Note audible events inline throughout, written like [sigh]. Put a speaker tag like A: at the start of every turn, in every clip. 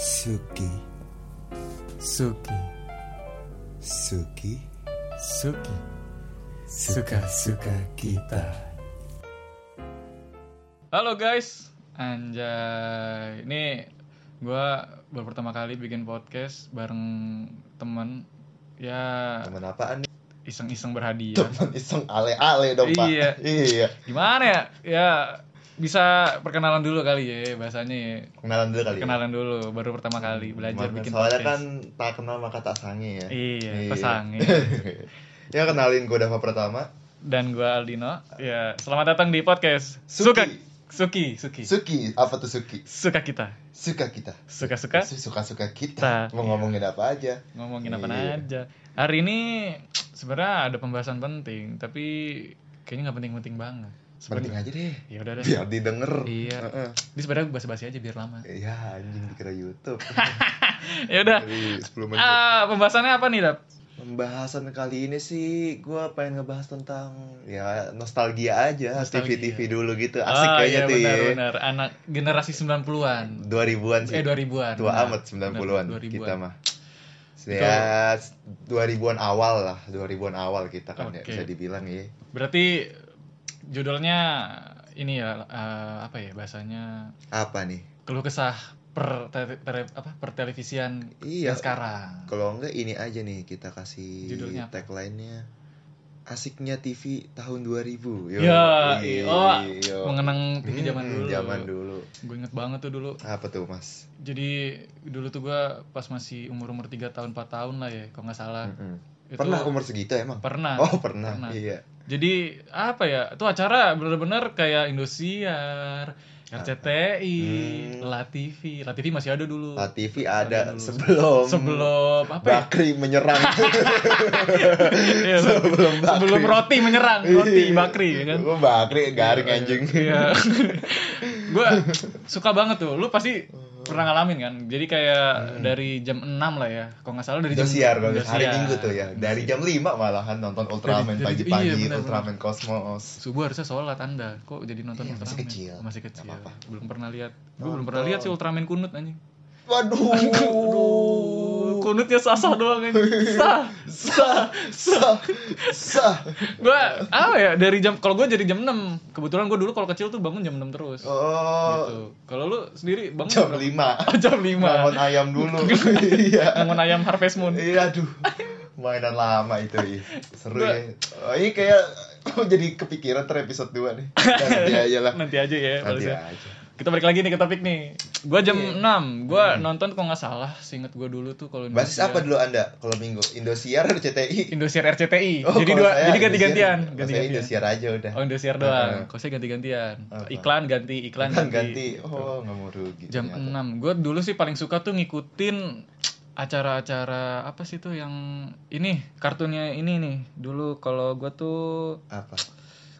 A: Suki,
B: Suki,
A: Suki,
B: Suki,
A: suka-suka kita.
B: Halo guys, anjay. Ini gua baru pertama kali bikin podcast bareng temen ya
C: Temen apaan nih?
B: iseng-iseng berhadiah.
C: Temen iseng ale-ale dong, Pak.
B: Iya.
C: Iya.
B: Gimana ya? Ya bisa perkenalan dulu kali ya bahasanya ya.
C: Kenalan dulu kali. ya?
B: Perkenalan dulu baru pertama kali belajar
C: Kemarin.
B: bikin
C: Soalnya
B: podcast.
C: kan tak kenal maka tak sange ya.
B: Iya,
C: Iya.
B: pesangi.
C: [laughs] ya kenalin gue Dava pertama.
B: Dan gua Aldino. Ya, selamat datang di podcast
C: Suki.
B: Suka Suki, Suki.
C: Suki, apa tuh Suki?
B: Suka kita.
C: Suka kita.
B: Suka-suka
C: Suka-suka
B: Kita.
C: kita. Mau ngomongin apa aja.
B: ngomongin apa
C: Iya.
B: aja. Hari ini sebenarnya ada pembahasan penting, tapi kayaknya nggak penting-penting banget.
C: Penting
B: Sebenarnya.
C: aja deh.
B: Ya udah deh.
C: Biar didengar.
B: Iya.
C: Heeh.
B: Ini sebenarnya basa-basi aja biar lama.
C: Iya, anjing dikira
B: [laughs]
C: YouTube.
B: ya udah.
C: Dari 10 menit.
B: Ah, pembahasannya apa nih, Dap?
C: Pembahasan kali ini sih gue pengen ngebahas tentang ya nostalgia aja,
B: Nostalgia.
C: TV-TV dulu gitu. Asik
B: Ah,
C: kayaknya
B: iya,
C: tuh
B: benar,
C: ya.
B: benar. Anak generasi 90-an.
C: 2000-an sih.
B: Eh, 2000-an.
C: Tua
B: benar.
C: amat 90-an
B: Benar, 2000-an.
C: kita mah. Ya 2000-an awal lah, 2000-an awal kita kan ya
B: Oke.
C: bisa dibilang ya.
B: Berarti judulnya ini ya eh, apa ya bahasanya
C: Apa nih?
B: keluh kesah per, te- tele- apa pertelevisian
C: Iya.
B: yang sekarang.
C: Kalau enggak ini aja nih kita kasih
B: Judulnya apa?
C: tagline-nya Asiknya TV tahun 2000. Yo.
B: Ya,
C: Iya.
B: oh, mengenang TV zaman
C: Hmm,
B: dulu.
C: Zaman dulu.
B: Gue inget banget tuh dulu.
C: Apa tuh, Mas?
B: Jadi dulu tuh gue pas masih umur-umur 3 tahun 4 tahun lah ya, kalau nggak salah.
C: Mm-mm.
B: Itu
C: Pernah umur segitu emang?
B: Pernah.
C: Oh pernah,
B: Pernah.
C: iya.
B: Jadi apa ya? Itu acara bener-bener kayak Indosiar, RCTI,
C: Ah, Hmm.
B: La TV. La TV masih ada dulu.
C: La TV Ah, ada
B: dulu.
C: sebelum
B: Sebelum apa ya?
C: Bakri menyerang.
B: Iya,
C: [laughs] sebelum Bakri.
B: Sebelum roti menyerang, [laughs] roti
C: Iya.
B: bakri ya kan.
C: Gua [laughs] Bakri garing anjing.
B: [laughs] Iya.
C: [laughs]
B: gue suka banget tuh. Lu pasti
C: Hmm.
B: pernah ngalamin kan? Jadi kayak dari jam 6 lah ya. Kalau nggak salah dari jam
C: Indosiar Hmm. kalau hari
B: Indosiar.
C: Minggu tuh ya. Dari jam 5 malahan nonton Ultraman
B: dari- iya,
C: pagi-pagi,
B: benar,
C: Ultraman Cosmos.
B: Subuh harusnya sholat Anda. Kok jadi nonton
C: Iya, masih
B: Ultraman? ya?
C: kecil.
B: Masih kecil.
C: Nggak apa-apa.
B: Belum pernah lihat. Gue belum
C: Nonton.
B: pernah lihat sih Ultraman kunut anjing.
C: Waduh.
B: Aduh, kunutnya sah-sah doang anjing. Sah.
C: Sah, sah, sah.
B: Gua apa ya dari jam kalau gue jadi jam 6. Kebetulan gue dulu kalau kecil tuh bangun jam 6 terus.
C: Oh,
B: Gitu. Kalau lu sendiri bangun
C: jam
B: berapa? [laughs]
C: 5.
B: Oh, jam 5.
C: Bangun ayam dulu.
B: [laughs]
C: Iya.
B: Bangun ayam Harvest Moon.
C: Iya, aduh. Mainan lama itu, ih. Seru ya. Oh, ini kayak jadi kepikiran ter episode 2 nih.
B: [laughs]
C: Nanti aja lah.
B: Nanti aja ya.
C: Iya. Nanti
B: balasnya.
C: aja.
B: Kita balik lagi nih ke topik nih. Iya. Hmm. Gua jam 6. Gua nonton kalau nggak salah, seinget gua dulu tuh kalau
C: Basis
B: Indonesia-
C: apa dulu Anda kalau minggu? Indosiar atau CTI?
B: Indosiar RCTI.
C: Oh,
B: jadi
C: kalau
B: dua
C: saya
B: jadi ganti-gantian,
C: Indosiar. Kalau saya
B: ganti-gantian.
C: Indosiar aja udah.
B: Oh, Indosiar
C: Heeh.
B: doang. Kalau saya ganti-gantian.
C: Apa?
B: Iklan ganti, iklan
C: Kan
B: ganti.
C: ganti. Oh, nggak mau rugi.
B: gitu. Jam
C: ternyata.
B: 6. Gua dulu sih paling suka tuh ngikutin acara-acara apa sih tuh yang ini kartunnya ini nih. Dulu kalau gua tuh
C: Apa?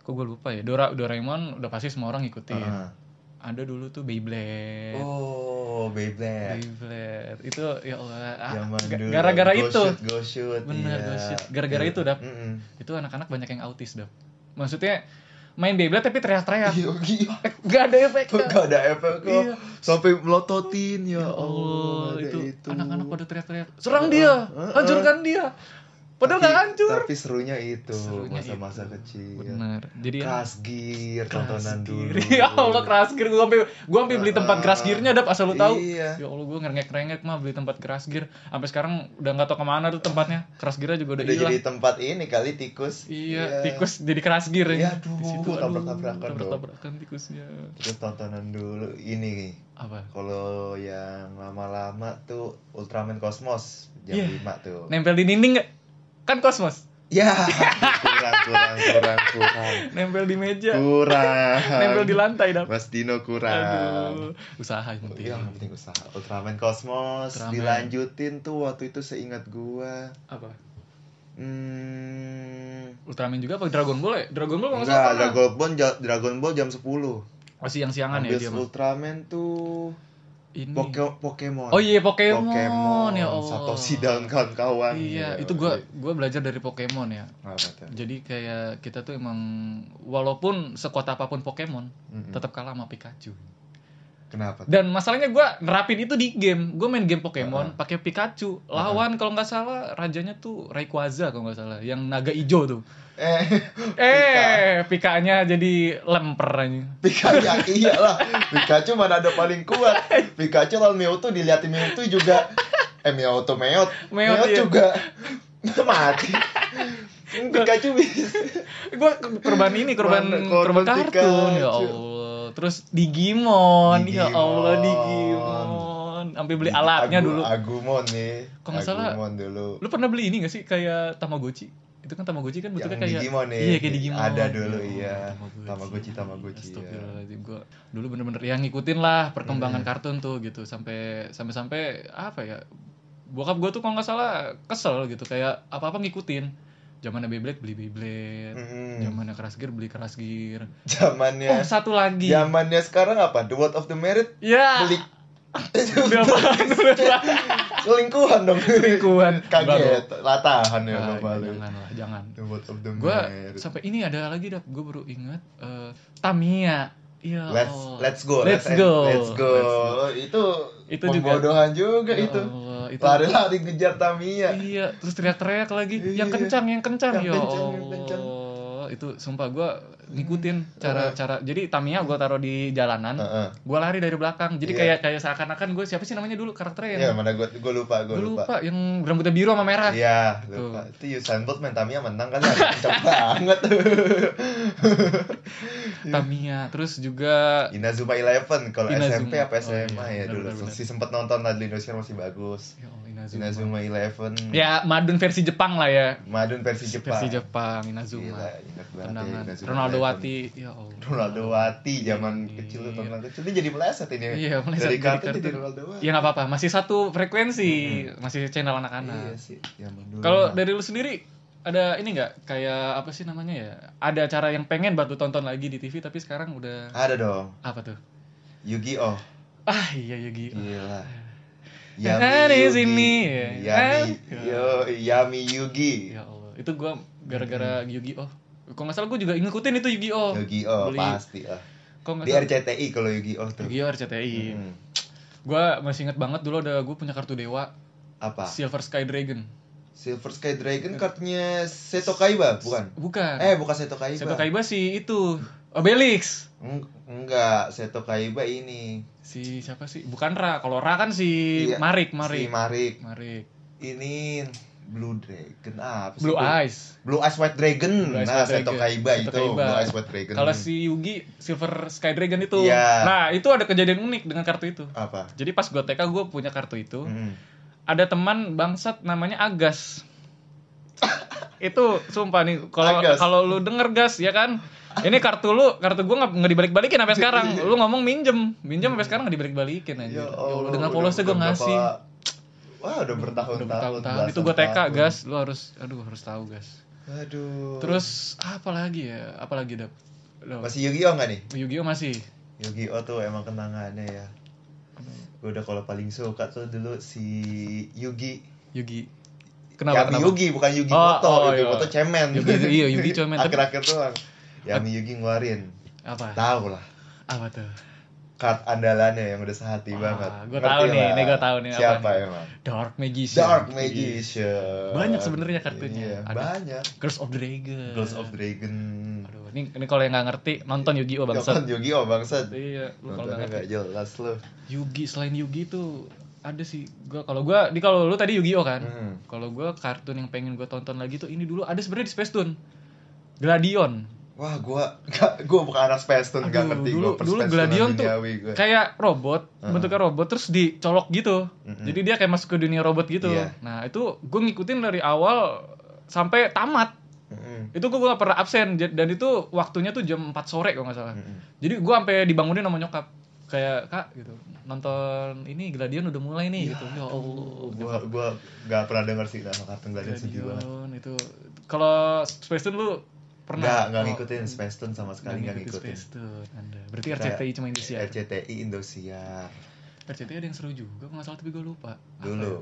B: kok gue lupa ya. Dora Doraemon udah pasti semua orang ngikutin.
C: Heeh.
B: Ada dulu tuh Beyblade.
C: Oh, Beyblade.
B: Beyblade itu ya Allah ah,
C: Zaman
B: ga-
C: dulu.
B: gara-gara
C: Go
B: itu
C: Shoot, go shoot.
B: Bener,
C: iya.
B: go shoot. Gara-gara
C: Iya.
B: itu, Dap.
C: Mm-mm.
B: itu anak-anak banyak yang autis dap maksudnya main Beyblade tapi teriak-teriak Eh,
C: Iya, [laughs] gila.
B: nggak ada efeknya
C: Gak ada efek kok.
B: Iya.
C: Sampai melototin ya
B: ya Allah
C: Allah. ada
B: itu anak-anak pada teriak-teriak serang
C: Heeh,
B: dia
C: heeh.
B: hancurkan dia padahal
C: Tapi-
B: nggak hancur
C: Tapi serunya itu
B: Serunya
C: masa-masa
B: itu.
C: kecil.
B: benar jadi [laughs]
C: Keras gear
B: keras
C: tontonan
B: gear. [laughs]
C: dulu.
B: ya Allah keras gear gua sampai gua sampai beli tempat keras gearnya dap asal lu tahu
C: Iya.
B: Ya Allah gue ngerengek-rengek mah beli tempat keras gear Sampai sekarang udah gak tau kemana tuh tempatnya Keras gearnya juga udah
C: Udah
B: hilang
C: jadi tempat ini kali tikus.
B: Iya, tikus jadi keras gear
C: Iya,
B: ya.
C: aduh,
B: Di situ,
C: tabrak-tabrakan dong.
B: tabrak-tabrakan tikusnya.
C: Terus tontonan dulu ini.
B: Apa?
C: Kalau yang lama-lama tuh Ultraman Cosmos jam
B: Iya.
C: 5 tuh.
B: Nempel di dinding nggak? Kan kosmos.
C: Ya, kurang kurang kurang kurang.
B: Nempel di meja,
C: Kurang.
B: nempel di lantai dap.
C: Mas Dino kurang.
B: Aduh, usaha yang penting.
C: Iya, yang penting usaha. Ultraman Cosmos
B: Ultraman.
C: dilanjutin tuh waktu itu seingat gua.
B: Apa?
C: Hmm.
B: Ultraman juga apa Dragon Ball ya? Dragon Ball nggak
C: Enggak,
B: salah. pernah.
C: Dragon Ball ja- Dragon Ball jam 10.
B: Oh, siang-siangan ya
C: Habis
B: dia mah.
C: Ultraman tuh
B: Ini.
C: Poke- Pokemon.
B: Oh iya Pokemon.
C: Pokemon,
B: ya Allah.
C: Satoshi dan kawan-kawan.
B: Iya, itu gua gua belajar dari Pokemon ya.
C: Apa tuh?
B: Jadi kayak kita tuh emang walaupun sekuat apapun Pokemon,
C: Mm-mm.
B: tetap kalah sama Pikachu.
C: Kenapa?
B: Dan masalahnya gua nerapin itu di game. Gue main game Pokemon pakai Pikachu. Lawan kalau nggak salah rajanya tuh Rayquaza kalau nggak salah, yang naga ijo tuh.
C: Eh, [laughs]
B: Eh, pikanya jadi lemper aja.
C: Pikachu ya iyalah. Pikachu mana ada paling kuat. Pikachu lawan Mewtwo diliatin Mewtwo juga. Eh Mewtwo Meot.
B: Meot,
C: Meot
B: iya.
C: juga mati. Pikachu bisa.
B: Gue korban ini, korban
C: Mana-
B: korban
C: korban
B: kartun
C: Pikachu.
B: ya Allah. Terus Digimon, ya
C: Digimon.
B: Allah Digimon. Sampai beli alatnya
C: Agu-
B: dulu.
C: Agumon nih.
B: Kalau nggak salah-
C: Agumon dulu.
B: Lu pernah beli ini gak sih kayak Tamagotchi? Itu kan Tamagotchi kan bentuknya
C: Yang
B: kayak
C: Digimon ya?
B: Iya, kayak Digimon.
C: Ada dulu, iya. Tamagotchi, Tamagotchi, ya.
B: Astagfirullahaladzim gua dulu bener-bener ya ngikutin lah
C: Iya.
B: perkembangan kartun tuh gitu sampai sampai sampai apa ya? Bokap gua tuh kalau nggak salah kesel gitu kayak apa-apa ngikutin. Zamannya Beyblade beli Beyblade.
C: Mm-mm.
B: Zamannya Crash Gear beli Crash Gear. Oh,
C: Zamannya
B: satu lagi. Iya. Ya.
C: zamannya sekarang apa? The World of the Merit Iya. beli
B: Beli
C: [laughs]
B: apaan? Beli apaan?
C: lingkuhan dong.
B: Lingkuhan.
C: Kaget, latahan ya
B: Ah,
C: bapak lu.
B: Jangan lah, jangan.
C: The World of the
B: gue
C: Merit.
B: sampai ini ada lagi dah gue baru ingat eh, Tamiya iya
C: Let's
B: Allah.
C: let's go.
B: Let's
C: end-
B: go.
C: Oh. Let's go. Itu
B: Itu
C: itu
B: juga.
C: pembodohan juga,
B: Ya
C: itu.
B: Allah, itu
C: Lari-lari kejar Tamiya.
B: iya terus teriak-teriak lagi
C: Iya.
B: yang kencang yang kencang
C: Yang
B: ya
C: kencang, yang kencang. Hmm.
B: Allah itu sumpah gue ngikutin cara cara jadi Tamiya gue taruh di jalanan
C: Heeh.
B: gue lari dari belakang jadi
C: Iya.
B: kayak kayak seakan-akan gue siapa sih namanya dulu karakternya yang
C: Ya, mana gua gua lupa, gua
B: gue
C: lupa.
B: lupa. yang rambutnya biru sama merah
C: Iya,
B: Gitu.
C: lupa. Itu Usain Bolt main Tamiya menang kan kenceng
B: [laughs]
C: banget.
B: Tamiya terus juga
C: Inazuma Eleven kalau
B: Inazuma.
C: SMP apa
B: Oh, iya,
C: SMA ya
B: benar,
C: dulu
B: benar, benar.
C: masih sempet nonton lah di Indonesia masih bagus.
B: ya Allah, Inazuma.
C: Iya. Inazuma Eleven.
B: ya Madun versi Jepang lah ya
C: Madun versi Jepang.
B: versi Jepang Inazuma
C: Gila, ingat banget ya,
B: tendangan
C: Inazuma
B: Ronaldo
C: Eleven.
B: Wati ya Allah
C: Ronaldo Wati zaman kecil tuh
B: Iya.
C: tontonan kecil dia jadi meleset ini. ya.
B: Iya, meleset
C: Dari
B: jadi
C: kartun
B: kartun.
C: jadi Ronaldo Wati.
B: ya nggak apa-apa masih satu frekuensi masih channel
C: Iya
B: anak-anak
C: sih, zaman dulu.
B: Nah, kalau
C: mah.
B: dari lu sendiri ada ini nggak kayak apa sih namanya ya ada acara yang pengen banget lu tonton lagi di TV tapi sekarang udah
C: ada dong
B: apa tuh
C: Yu-Gi-Oh.
B: ah iya Yogi
C: Gila.
B: Ada
C: Yugi.
B: sini, ya.
C: Yami,
B: Ah.
C: yo, Yami Yugi.
B: ya Allah itu gua gara-gara Yogi oh kalau nggak salah gua juga ngikutin itu Yogi oh Beli.
C: Yu-Gi-Oh pasti ah.
B: kalau nggak
C: Di
B: salah
C: RCTI kalau Yu-Gi-Oh tuh.
B: Yogi oh RCTI
C: Hmm.
B: gua masih inget banget dulu ada gua punya kartu dewa
C: Apa?
B: Silver Sky Dragon
C: Silver Sky Dragon kartunya Seto Kaiba, bukan?
B: bukan
C: Eh, bukan Seto Kaiba.
B: Seto Kaiba sih itu Obelix
C: Eng- enggak, Seto Kaiba ini.
B: si siapa sih bukan Ra kalau Ra kan si
C: Iya,
B: Marik
C: Si
B: Marik
C: Marik.
B: Marik
C: Ini Blue Dragon Ah, apa sih
B: Blue
C: itu?
B: Eyes
C: Blue Eyes White Dragon.
B: Blue Eyes
C: nah,
B: White
C: Seto
B: Dragon.
C: Kaiba
B: Seto
C: itu.
B: Kaiba.
C: Blue Eyes White Dragon.
B: kalau si Yugi Silver Sky Dragon itu
C: Iya.
B: nah itu ada kejadian unik dengan kartu itu
C: apa?
B: jadi pas gue TK gue punya kartu itu
C: Hmm.
B: ada teman bangsat namanya
C: [laughs]
B: Agas itu sumpah nih kalau
C: Agas.
B: kalau lu denger gas ya kan ini kartu lu kartu gua nggak nggak dibalik balikin sampai sekarang
C: Iya.
B: lu ngomong minjem minjem sampai sekarang nggak dibalik balikin aja ya Allah, dengan
C: udah-
B: polosnya gue
C: udah
B: ngasih
C: berapa- Wah, udah bertahun-tahun.
B: udah bertahun-tahun itu gue TK
C: belasan
B: gas lu harus aduh harus tahu gas
C: tahun. Aduh.
B: terus apa lagi ya apa lagi dap Lo-
C: masih Yu-Gi-Oh enggak nih?
B: Yu-Gi-Oh masih
C: Yu-Gi-Oh tuh emang kenangannya ya. Gue udah kalau paling suka tuh dulu si Yugi.
B: Yugi
C: Yami
B: kenapa kenapa
C: Ya, Yugi bukan Yugi
B: Oh,
C: Moto,
B: oh,
C: Yugi
B: iya.
C: Moto cemen.
B: Yugi- iya, Yugi
C: [laughs]
B: cemen. Tapi-
C: Akhir-akhir doang. Yami Yugi ngeluarin.
B: apa
C: Tahu lah.
B: apa tuh
C: Kart andalannya yang udah sehati
B: Wah,
C: banget.
B: gua
C: Ngerti
B: tahu nih,
C: lah.
B: nih gua tahu nih apa
C: Siapa
B: nih.
C: emang?
B: Dark Magician
C: Dark Magician.
B: Banyak sebenarnya kartunya.
C: Iya,
B: Ada.
C: banyak.
B: Girls of Dragon
C: Girls of Dragon.
B: Aduh, ini, ini kalau yang nggak ngerti nonton Yu-Gi-Oh
C: Bangsat
B: bangsat.
C: Yugi oh bangsat.
B: Iya, lu kalau nggak
C: Nontonnya
B: ngerti.
C: nggak jelas lu.
B: Yugi selain Yugi tuh ada sih gua kalau gua di kalau lu tadi Yu-Gi-Oh kan.
C: Hmm.
B: Kalau gua kartun yang pengen gua tonton lagi tuh ini dulu ada sebenarnya di Space Tune. Gladion.
C: Wah, gua gak, gua bukan anak Space Tune, gak
B: Aduh,
C: ngerti
B: dulu
C: gua per
B: dulu
C: Space Tune
B: Gladion tuh
C: duniawi gua. Hmm.
B: kayak robot,
C: Heeh.
B: bentuknya robot terus dicolok gitu.
C: Mm-mm.
B: Jadi dia kayak masuk ke dunia robot gitu.
C: Hmm. Iya.
B: Nah, itu gua ngikutin dari awal sampai tamat.
C: Mm-mm,
B: Itu gua gak pernah absen J- dan itu waktunya tuh jam 4 sore kalau nggak salah.
C: mm-mm.
B: Jadi gua sampai dibangunin sama nyokap kayak kak gitu nonton ini Gladion udah mulai nih gitu ya Allah
C: Gua gua gak pernah denger sih nama kartun Gladion sedih banget.
B: Gladion itu kalau Space Tune lu pernah
C: Nggak, nggak
B: Oh,
C: ngikutin Space Tune sama
B: nggak
C: sekali nggak
B: ngikutin
C: ngikutin.
B: Space Tune Anda. Berarti
C: Kita-
B: RCTI cuma ya? Indonesia.
C: RCTI Indosiar
B: RCTI ada yang seru juga, kalau nggak salah tapi gue lupa. Apa ya?
C: dulu.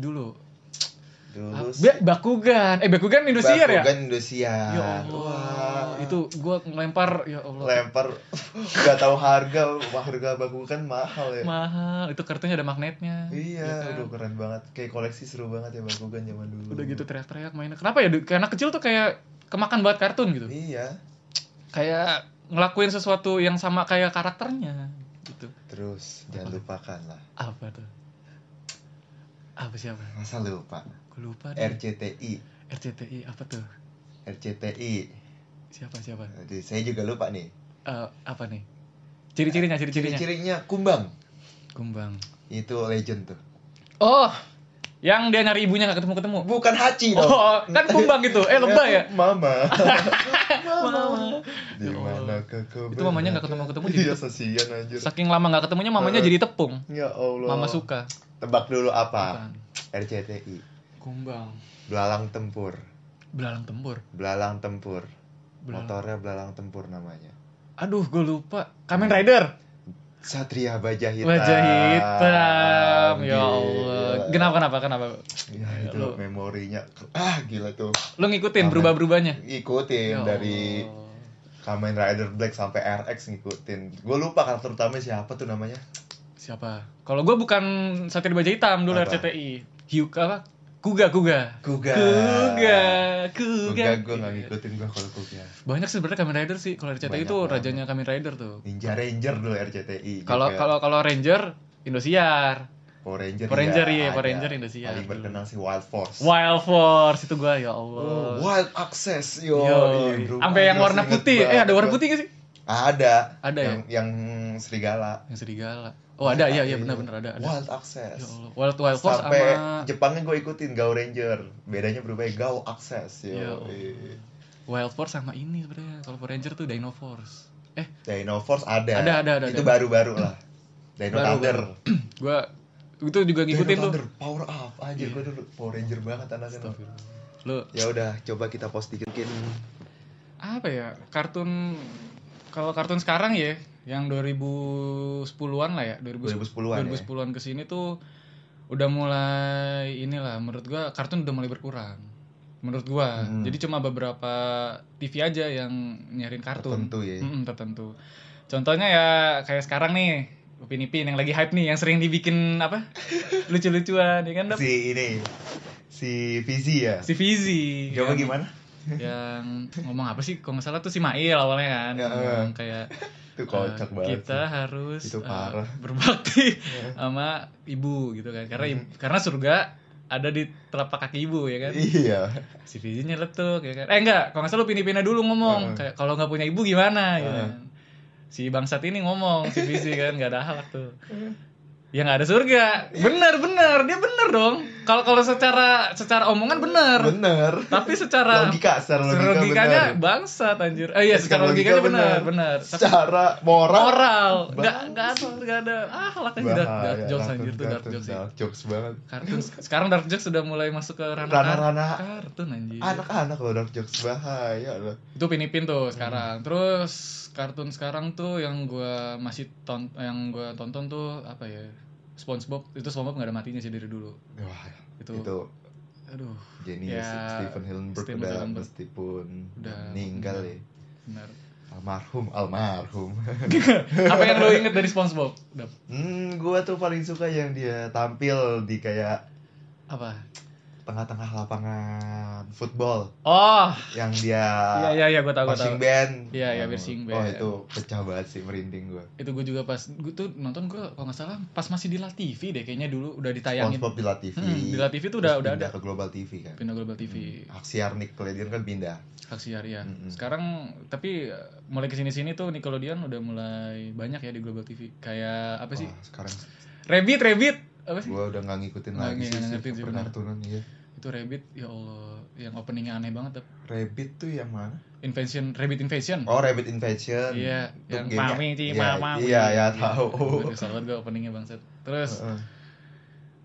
B: Dulu.
C: Dulu
B: Ba- Bakugan. Eh Bakugan Ah, Indosiar ya?
C: Bakugan Indosiar.
B: Ya Allah. Itu gua ngelempar ya Allah.
C: lempar [laughs] nggak tahu harga harga bakugan mahal ya
B: Mahal. Itu kartunya ada magnetnya. Ya
C: iya
B: kan?
C: aduh keren banget kayak koleksi seru banget ya bakugan zaman dulu
B: Udah gitu teriak-teriak mainnya. Kenapa ya? du- Kayak anak kecil tuh kayak kemakan banget kartun gitu.
C: iya
B: Kayak ngelakuin sesuatu yang sama kayak karakternya gitu.
C: terus jangan lupakan lah
B: Apa tuh? Apa siapa?
C: masa lupa
B: Gue lupa deh.
C: RCTI
B: RCTI apa tuh?
C: RCTI
B: Siapa siapa?
C: Jadi saya juga lupa nih
B: Eh, apa nih? Ciri-cirinya, ciri-cirinya.
C: ciri-cirinya kumbang
B: Kumbang.
C: itu legend tuh
B: Oh, yang dia nyari ibunya gak ketemu-ketemu.
C: bukan Hachi Iya dong
B: Oh, kan kumbang gitu. Eh, lebah ya?
C: [laughs]
B: Mama.
C: mama di
B: Ya Allah.
C: mana ke
B: Itu mamanya nggak
C: [laughs]
B: ketemu-ketemu jadi
C: iya sesian anjir
B: Saking lama gak ketemunya mamanya
C: Eh.
B: jadi tepung.
C: ya Allah
B: Mama suka.
C: tebak dulu apa
B: Apaan?
C: RCTI
B: Kumbang.
C: belalang tempur
B: Belalang tempur.
C: Belalang tempur.
B: Belalang.
C: Motornya belalang tempur namanya.
B: Aduh, gue lupa. Kamen Rider.
C: Satria Baja Hitam.
B: Wajah hitam. Ya
C: Gila.
B: Allah. Kenapa kenapa kenapa?
C: Ya, itu
B: Lu-
C: memorinya. Ah, gila tuh.
B: Lu ngikutin
C: Kamen.
B: berubah-berubahnya? Ya
C: Ngikutin dari
B: Allah.
C: Kamen Rider Black sampai RX ngikutin. Gue lupa karakter utamanya siapa tuh namanya.
B: siapa? Kalau gue bukan Satria Baja Hitam dulu
C: Apa?
B: RCTI. Hyuk apa? Kuga Kuga.
C: Kuga.
B: Kuga, Kuga.
C: Kuga gue gak ngikutin gue kalau Kuga.
B: Banyak sih sebenarnya Kamen Rider sih. Kalau RCTI
C: Banyak Gitu
B: itu
C: banget.
B: rajanya Kamen Rider tuh.
C: Ninja Ranger dulu RCTI.
B: Kalau
C: juga.
B: kalau kalau Ranger Indosiar,
C: Power Ranger.
B: Power Ranger,
C: ya,
B: iya, Power
C: ada.
B: Ranger Indonesia
C: Paling
B: dulu.
C: berkenal si Wild Force.
B: Wild Force itu gua ya
C: Oh,
B: Allah.
C: wild Access yo. iya,
B: Yo,
C: Oh,
B: iya.
C: Bro,
B: sampai yang
C: masih
B: warna
C: inget
B: putih. Eh
C: banget
B: ada warna
C: gua.
B: putih gak sih?
C: Ada.
B: Ada
C: yang, ya. Yang serigala.
B: Yang serigala. Oh ada, iya iya benar-benar ada. ada.
C: Wild Access.
B: Ya Allah. Wild Wild Force
C: Sampai
B: sama
C: Jepangnya gue ikutin Gao Ranger. Bedanya berubah ya, Gao Access yo.
B: Ya Allah. Wild Force sama ini sebenarnya. Kalau Power Ranger tuh Dino Force. Eh,
C: Dino Force ada.
B: Ada, ada, ada,
C: Itu
B: ada.
C: baru-baru lah. Dino
B: Baru,
C: Thunder.
B: gua itu juga
C: Dino
B: ngikutin tuh. Iya.
C: Thunder, power up. Anjir gue dulu Power Ranger banget anaknya.
B: Astagfirullah. Lu
C: Ya udah, coba kita post dikit mungkin.
B: apa ya kartun kalau kartun sekarang ya yang 2010-an lah ya 2010
C: 2010-an ya.
B: 2010-an ke sini tuh udah mulai inilah menurut gua kartun udah mulai berkurang menurut gua
C: Hmm.
B: jadi cuma beberapa TV aja yang nyariin kartun
C: Tertentu ya.
B: Mm-mm, tertentu contohnya ya kayak sekarang nih Upin Ipin yang lagi hype nih yang sering dibikin
C: [laughs]
B: apa lucu-lucuan ya kan Dap?
C: Si ini si Vizi ya.
B: si kan. Fizi
C: Coba
B: yang-
C: gimana?
B: yang ngomong apa sih kalau nggak salah tuh si Mail awalnya kan
C: Ya,
B: yang kayak
C: Itu
B: eh,
C: kocak banget.
B: kita harus
C: Itu
B: eh, [laughs]
C: parah. Iya.
B: berbakti sama ibu gitu kan karena ib- karena surga ada di telapak kaki ibu ya kan
C: Mm-hmm. Iya.
B: si Fiji nyeletuk ya kan eh enggak kalau nggak salah pindah pindah dulu ngomong
C: Heeh.
B: kayak kalau nggak punya ibu gimana gitu
C: Heeh.
B: kan. si bangsat ini ngomong si Fiji kan nggak ada halak tuh
C: Mm-hmm.
B: ya nggak ada surga bener bener dia bener dong kalau kalau secara secara omongan bener
C: Bener.
B: [laughs] tapi secara
C: logika, secara logika,
B: Secara logikanya
C: bener.
B: bangsat anjir. Eh iya,
C: Secara
B: secara
C: logika
B: logikanya benar,
C: benar.
B: benar. Tapi
C: Secara moral.
B: moral, enggak
C: Bangsat.
B: enggak ada enggak ada. Ah, lah kan dark,
C: Bahaya,
B: dark jokes
C: kartun-
B: anjir tuh dark
C: kartun
B: jokes. sih.
C: dark jokes banget.
B: Kartun sekarang dark jokes sudah mulai masuk ke ranah
C: Ranah-ranah.
B: kar- kartun anjir.
C: Anak-anak loh dark jokes bahaya loh.
B: Itu pinipin
C: Hmm.
B: tuh sekarang. Terus kartun sekarang tuh yang gua masih ton yang gua tonton tuh apa ya? SpongeBob itu SpongeBob nggak ada matinya sih dari dulu.
C: Wah,
B: Itu,
C: itu,
B: aduh,
C: jenius
B: Ya,
C: Stephen Hillenburg
B: Stephen
C: udah
B: Hillenburg.
C: meskipun
B: Udah
C: meninggal ya.
B: meninggal. benar.
C: Almarhum, almarhum. [laughs]
B: apa yang lo inget dari SpongeBob? Dap?
C: hmm, gua tuh paling suka yang dia tampil di kayak
B: Apa?
C: tengah-tengah lapangan football
B: Oh,
C: yang dia
B: iya iya iya gua tahu gua tahu.
C: marching band.
B: Iya, iya,
C: Oh,
B: marching
C: Oh,
B: band.
C: itu pecah banget sih merinding gua.
B: itu gue juga pas gue tuh nonton gue kalau nggak salah pas masih di La TV deh kayaknya dulu udah ditayangin
C: SpongeBob di La TV.
B: Hmm, di La TV tuh udah-
C: Terus
B: udah
C: pindah
B: ada. Iya.
C: ke Global TV kan.
B: pindah Global TV
C: Aksiar Nickelodeon kan pindah.
B: aksi harian
C: Mm-mm.
B: ya. sekarang tapi eh, mulai kesini sini tuh Nickelodeon udah mulai banyak ya di Global TV kayak apa Iya sih
C: Wah, sekarang
B: Rabbit Rabbit apa sih
C: gua udah nggak ngikutin
B: Nggak
C: lagi sih,
B: ngikutin
C: sih
B: sih,
C: perkartunan ya.
B: itu Rabbit ya Allah yang openingnya aneh banget tuh
C: Rabbit tuh yang mana?
B: Invention Rabbit Invention
C: Oh, Rabbit Invasion.
B: Hmm. Iya,
C: Itu
B: yang
C: gamenya-
B: mami sih,
C: Iya,
B: mama.
C: Iya, ya tahu.
B: [laughs] Gue kesel banget gue openingnya bangset. Terus
C: Heeh.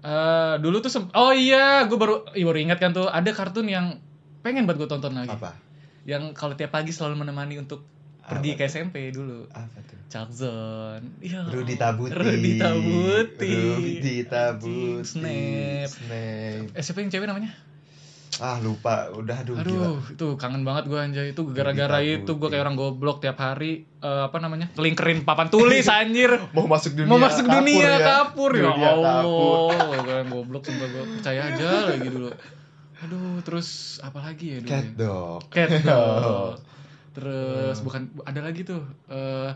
B: eh dulu tuh sem- oh iya, gue baru ih, baru ingat kan tuh ada kartun yang pengen buat gue tonton lagi.
C: Apa?
B: yang kalau tiap pagi selalu menemani untuk pergi ke
C: Apa
B: SMP dulu.
C: Apa tuh?
B: Chuck Zone. Ya Allah.
C: Rudy Tabuti.
B: Rudy Tabuti.
C: Rudy
B: Anjing,
C: Tabuti.
B: Snap.
C: Snap.
B: Eh, siapa yang cewek namanya?
C: ah lupa udah aduh, gila
B: Aduh, itu kangen banget gue anjay. Itu gara-gara
C: Gila,
B: itu gue
C: gokil.
B: kayak orang goblok tiap hari eh, apa namanya? Kelingkerin papan
C: [laughs]
B: tulis anjir.
C: mau masuk dunia
B: Mau masuk
C: kapur
B: dunia
C: ya.
B: kapur ya,
C: Dunia kapur.
B: Allah. Gue yang goblok sumpah gue percaya aja lagi dulu. Aduh, terus apa lagi ya dulu?
C: cat
B: ya?
C: dog [laughs]
B: Cat
C: Oh.
B: dog. Terus bukan ada lagi tuh eh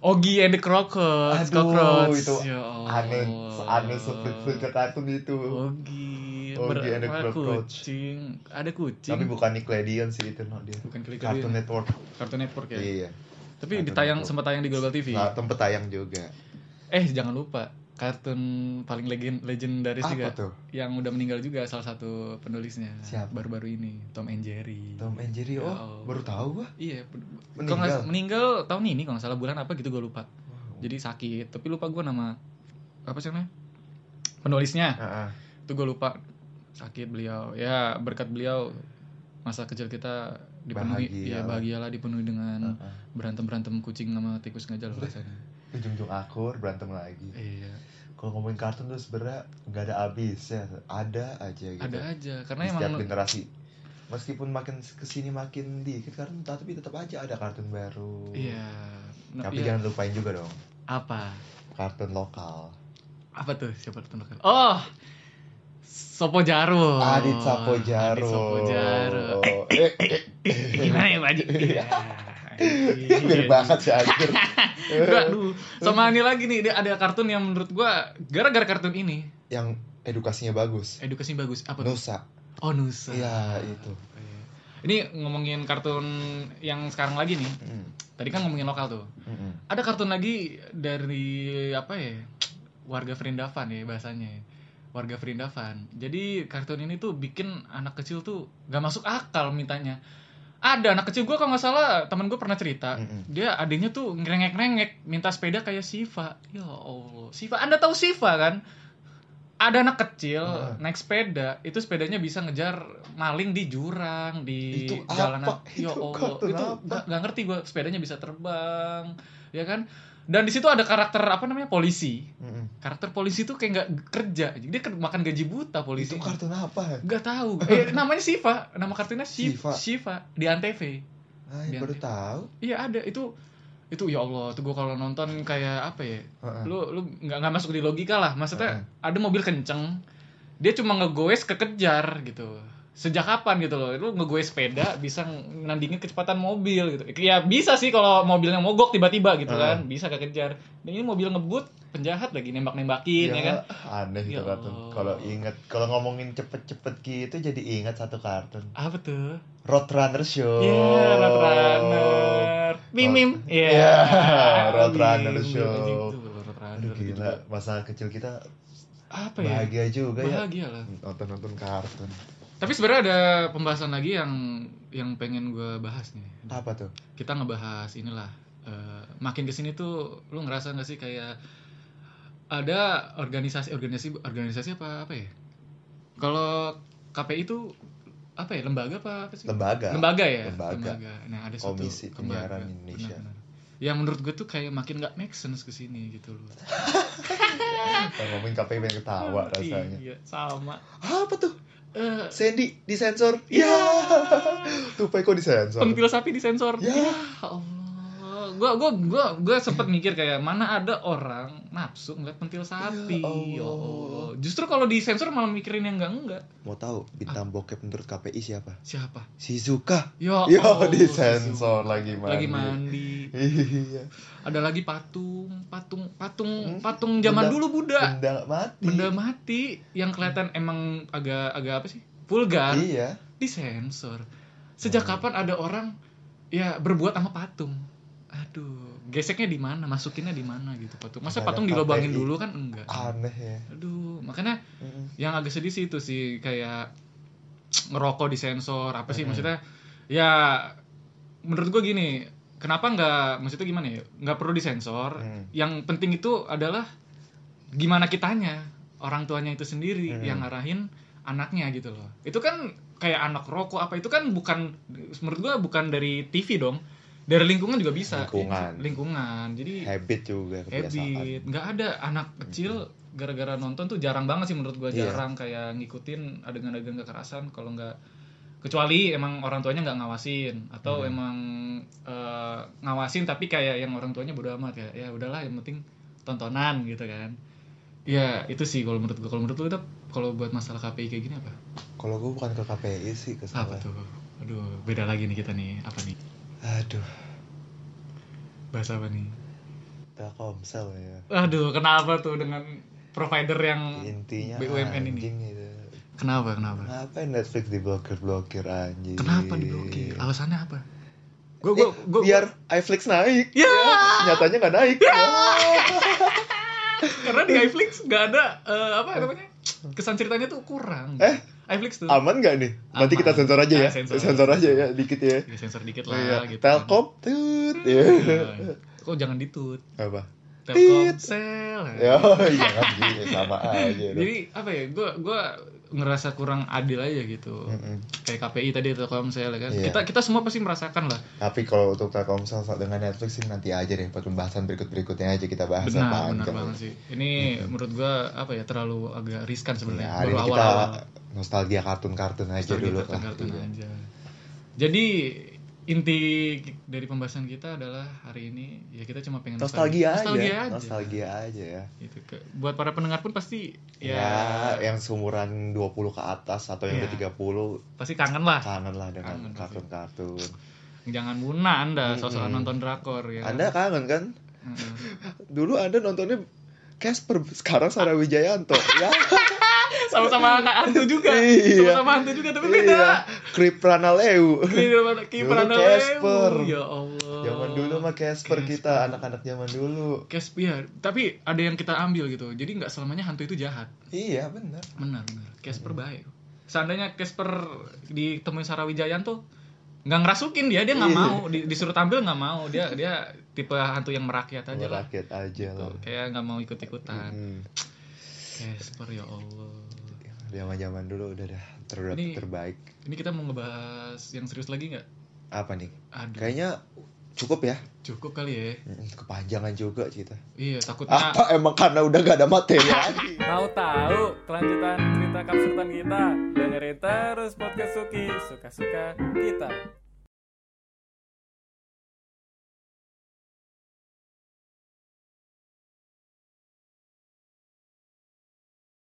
B: Ogi and the Crockers,
C: Aduh,
B: Cockroach.
C: itu
B: Ya Allah.
C: aneh aneh seperti kartun itu
B: Ogi,
C: Ogi
B: ber-
C: and the
B: apa,
C: Cockroach.
B: kucing, ada kucing.
C: tapi bukan Nickelodeon sih itu no, dia
B: Bukan klik
C: Cartoon Network
B: Cartoon Network ya.
C: iya
B: Tapi
C: Cartoon
B: ditayang
C: Network.
B: sempat tayang di Global TV.
C: nah, tempat tayang juga
B: Eh jangan lupa kartun paling legend legendaris
C: apa
B: juga
C: tuh
B: yang udah meninggal juga salah satu penulisnya
C: Siapa?
B: baru-baru ini Tom and Jerry.
C: Tom and Jerry oh,
B: Oh.
C: baru tahu gua
B: Iya, pe-
C: Meninggal.
B: kalau nggak- meninggal tahun ini kalau nggak salah bulan apa gitu gue lupa. Jadi sakit, tapi lupa gue nama apa sih namanya? Penulisnya.
C: Ah, ah.
B: Itu gue lupa sakit beliau. Ya, berkat beliau masa kecil kita dipenuhi
C: Bahagia
B: ya
C: lah.
B: bahagialah dipenuhi dengan
C: Ah, ah.
B: berantem-berantem kucing sama tikus nggak jalan rasanya.
C: ujung-ujung akur berantem lagi
B: Iya,
C: kalau ngomongin kartun tuh sebenernya nggak ada habisnya ada aja gitu
B: Iya, ada aja karena
C: di setiap
B: emang
C: generasi meskipun makin kesini makin dikit kartun tapi tetap aja ada kartun baru
B: iya. Nah,
C: tapi
B: iya.
C: jangan lupain juga dong
B: apa?
C: kartun lokal
B: Apa tuh siapa tertunduk? Oh. Sopo Jaro.
C: Adit Sapo Jaro
B: Oh, Adit Sapo Jaro. iya,
C: eh, eh,
B: Gimana ya, Pak Haji? Iya.
C: [laughs] mirip banget sih
B: [laughs]
C: anjir
B: Enggak, aduh. Sama ini lagi nih, dia ada kartun yang menurut gua gara-gara kartun ini
C: yang edukasinya bagus
B: edukasinya bagus. Apa tuh?
C: Nusa
B: Oh, Nusa.
C: iya itu
B: Iya. Ini ngomongin kartun yang sekarang lagi nih.
C: Mm,
B: Tadi kan ngomongin lokal tuh.
C: mm, mm.
B: Ada kartun lagi dari apa ya? Warga Vrindavan ya bahasanya. Warga Vrindavan. Jadi kartun ini tuh bikin anak kecil tuh gak masuk akal mintanya. Ada anak kecil gua kalau nggak salah temen gue pernah cerita
C: Mm-mm.
B: dia adiknya tuh ngerengek-ngerengek minta sepeda kayak Siva. Ya Allah. Siva, Anda tahu Siva kan? Ada anak kecil
C: Ah.
B: naik sepeda, itu sepedanya bisa ngejar maling di jurang, di
C: Itu apa?
B: jalanan. Ya
C: Itu
B: Allah,
C: kartun
B: itu
C: apa?
B: gak, gak ngerti gua sepedanya bisa terbang, ya kan? Dan di situ ada karakter apa namanya? polisi.
C: Mm, mm.
B: Karakter polisi tuh kayak nggak kerja. Jadi dia ker- makan gaji buta polisi.
C: itu kartun apa
B: Gak tahu. Eh, namanya Siva. Nama kartunya Siva.
C: Siva.
B: Siva di Antv.
C: Ay,
B: Yang-
C: baru tahu
B: Iya ada itu itu ya Allah tuh gue kalau nonton kayak apa ya
C: Heeh.
B: lu lu nggak nggak masuk di logika lah maksudnya ada mobil kenceng dia cuma ngegoes kekejar gitu sejak kapan gitu loh lu ngegoes sepeda bisa nandingin kecepatan mobil gitu ya bisa sih kalau mobilnya mogok tiba-tiba gitu
C: Heeh.
B: kan bisa kekejar dan ini mobil ngebut penjahat lagi nembak-nembakin
C: Iya.
B: ya, kan
C: aneh itu
B: Ya
C: kartun
B: Allah.
C: kalau inget kalau ngomongin cepet-cepet gitu jadi ingat satu kartun
B: apa tuh
C: Roadrunner Show
B: Iya, Roadrunner. Mim Mim. Iya. Gitu,
C: Iya,
B: Yeah.
C: Roadrunner show. Aduh
B: Roadrunner
C: gila, masa kecil kita
B: gitu. Apa ya?
C: bahagia juga ya
B: Bahagia lah.
C: nonton-nonton kartun.
B: Tapi sebenarnya ada pembahasan lagi yang yang pengen gue bahas nih.
C: Apa tuh?
B: Kita ngebahas inilah. eh, makin kesini tuh lu ngerasa gak sih kayak ada organisasi organisasi organisasi apa apa ya? Kalau KPI itu apa ya lembaga apa, apa sih?
C: Lembaga.
B: lembaga ya
C: Lembaga.
B: nah ada satu
C: Komisi
B: lembaga.
C: Penyiaran Indonesia.
B: Benar, benar. yang menurut gue tuh kayak makin nggak make sense ke sini gitu loh
C: Kalau ngomongin KPI pengen ketawa rasanya.
B: iya sama
C: Apa tuh?
B: Eh,
C: Sandy disensor. Ya.
B: Iya.
C: [laughs] tuh Peko disensor.
B: pentil sapi disensor
C: Ya.
B: Allah gue gue gue gue sempet mikir kayak mana ada orang nafsu ngeliat pentil sapi
C: Ya Allah.
B: Ya Allah. justru kalau disensor malah mikirin yang enggak enggak
C: Mau tahu
B: Ah.
C: bintang bokep menurut KPI siapa?
B: siapa
C: Shizuka.
B: Yo,
C: Yo,
B: Allah,
C: disensor
B: Susu.
C: lagi mandi.
B: Oh, lagi mandi
C: Iya.
B: ada lagi patung patung patung
C: Hmm.
B: patung zaman
C: Benda-
B: dulu Buddha
C: Benda mati.
B: benda mati yang kelihatan emang agak agak apa sih vulgar
C: Iya.
B: disensor sejak kapan ada orang ya berbuat sama patung aduh geseknya di mana masukinnya di mana gitu patung masa
C: Ada
B: patung dilobangin
C: KPI.
B: dulu kan enggak
C: Aneh ya.
B: aduh makanya
C: Mm-mm.
B: yang agak sedih sih itu sih kayak ngerokok disensor apa sih
C: Mm-mm.
B: maksudnya ya menurut gua gini kenapa nggak maksudnya gimana ya nggak perlu disensor
C: Mm.
B: yang penting itu adalah gimana kitanya orang tuanya itu sendiri
C: Hmm.
B: yang ngarahin anaknya gitu loh itu kan kayak anak rokok apa itu kan bukan menurut gua bukan dari TV dong dari lingkungan juga bisa
C: Lingkungan.
B: lingkungan jadi
C: habit juga kebiasaan
B: habit nggak ada anak kecil gara-gara nonton tuh jarang banget sih menurut gua
C: Iya.
B: jarang kayak ngikutin adegan-adegan kekerasan kalau nggak kecuali emang orang tuanya nggak ngawasin atau emang eh, ngawasin tapi kayak yang orang tuanya bodo amat kayak ya udahlah yang penting tontonan gitu kan ya itu sih kalau menurut gua kalau menurut lu Dap, kalau buat masalah KPI kayak gini apa
C: kalau gue bukan ke KPI sih ke
B: apa tuh aduh beda lagi nih kita nih apa nih
C: aduh
B: bahasa apa nih
C: Telkomsel ya
B: aduh kenapa tuh dengan provider yang
C: intinya
B: BUMN ini.
C: anjing gitu
B: kenapa kenapa
C: ngapain Netflix diblokir blokir anjing
B: Kenapa diblokir? Alasannya apa? Gue
C: gue
B: gue gue
C: biar iFlix naik
B: Ya.
C: nyatanya nggak naik Oh.
B: karena di iFlix nggak ada eh, apa namanya kesan ceritanya tuh kurang.
C: Eh?
B: iFlix tuh.
C: Ya. aman nggak nih nanti
B: Aman.
C: kita sensor aja ya
B: Ah, sensor.
C: sensor, aja ya dikit ya
B: Ya, sensor dikit lah
C: Iya.
B: gitu. kan.
C: Telkom tut ya.
B: Eh, Kok jangan ditut.
C: apa
B: Telkomsel.
C: ya jangan gitu sama aja dong.
B: Jadi apa ya? Gue gue ngerasa kurang adil aja gitu.
C: Mm-mm.
B: Kayak KPI tadi Telkomsel ya kan.
C: Hmm. Iya.
B: Kita kita semua pasti merasakan lah.
C: Tapi kalau untuk Telkomsel dengan Netflix sih nanti aja deh pembahasan berikut-berikutnya aja kita bahas
B: Benar,
C: apaan kan. Ya,
B: benar
C: kalau-
B: banget sih. Ini menurut gua apa ya terlalu agak riskan
C: Ya,
B: sebenarnya.
C: Hmm.
B: Baru
C: hari ini kita
B: awal-awal.
C: nostalgia kartun-kartun aja
B: Nostalgia
C: dulu lah.
B: kartun-kartun
C: Iya.
B: aja. Jadi inti dari pembahasan kita adalah hari ini ya kita cuma pengen
C: Nostalgia,
B: nostalgia
C: aja.
B: aja.
C: Nostalgia aja ya.
B: Gitu. Ke- Buat para pendengar pun pasti ya,
C: Ya, yang seumuran 20 ke atas atau
B: Ya.
C: yang udah 30
B: pasti kangen lah.
C: kangen lah dengan
B: Kangen pasti.
C: kartun-kartun.
B: Jangan muna Anda
C: Mm-mm.
B: sosokan nonton drakor ya. kan?
C: Anda kangen kan?
B: Mm-mm.
C: Dulu Anda nontonnya Casper, sekarang Sarah Wijayanto. ya.
B: Sama-sama anak hantu juga.
C: Iya.
B: Sama-sama hantu juga tapi beda.
C: iya. Krip Ranaleu.
B: Beda kiper
C: Dulu
B: Anda
C: Casper.
B: Lewu. Ya Allah.
C: Zaman dulu mah Casper kita, anak-anak zaman dulu.
B: Casper ya, tapi ada yang kita ambil gitu. Jadi nggak selamanya hantu itu jahat.
C: Iya, bener.
B: Benar, benar. Casper baik. Seandainya Casper ditemuin Sarah Wijayan tuh nggak ngerasukin dia, dia nggak
C: Iya.
B: mau Di- disuruh tampil nggak mau. Dia dia tipe hantu yang merakyat aja lah.
C: Rakyat aja
B: Tuh,
C: lah.
B: kayak nggak mau ikut-ikutan.
C: Hmm.
B: Casper ya Allah.
C: zaman zaman dulu udah dah terbaik
B: Ini-
C: terbaik
B: Ini kita mau ngebahas yang serius lagi nggak?
C: apa nih
B: Aduh,
C: kayaknya cukup ya
B: cukup kali ya.
C: Mm, kepanjangan juga kita
B: Iya, takutnya
C: apa emang karena udah gak ada materi lagi
D: Mau tahu kelanjutan cerita kapsultan kita? Dengerin terus podcast Suki, suka-suka kita.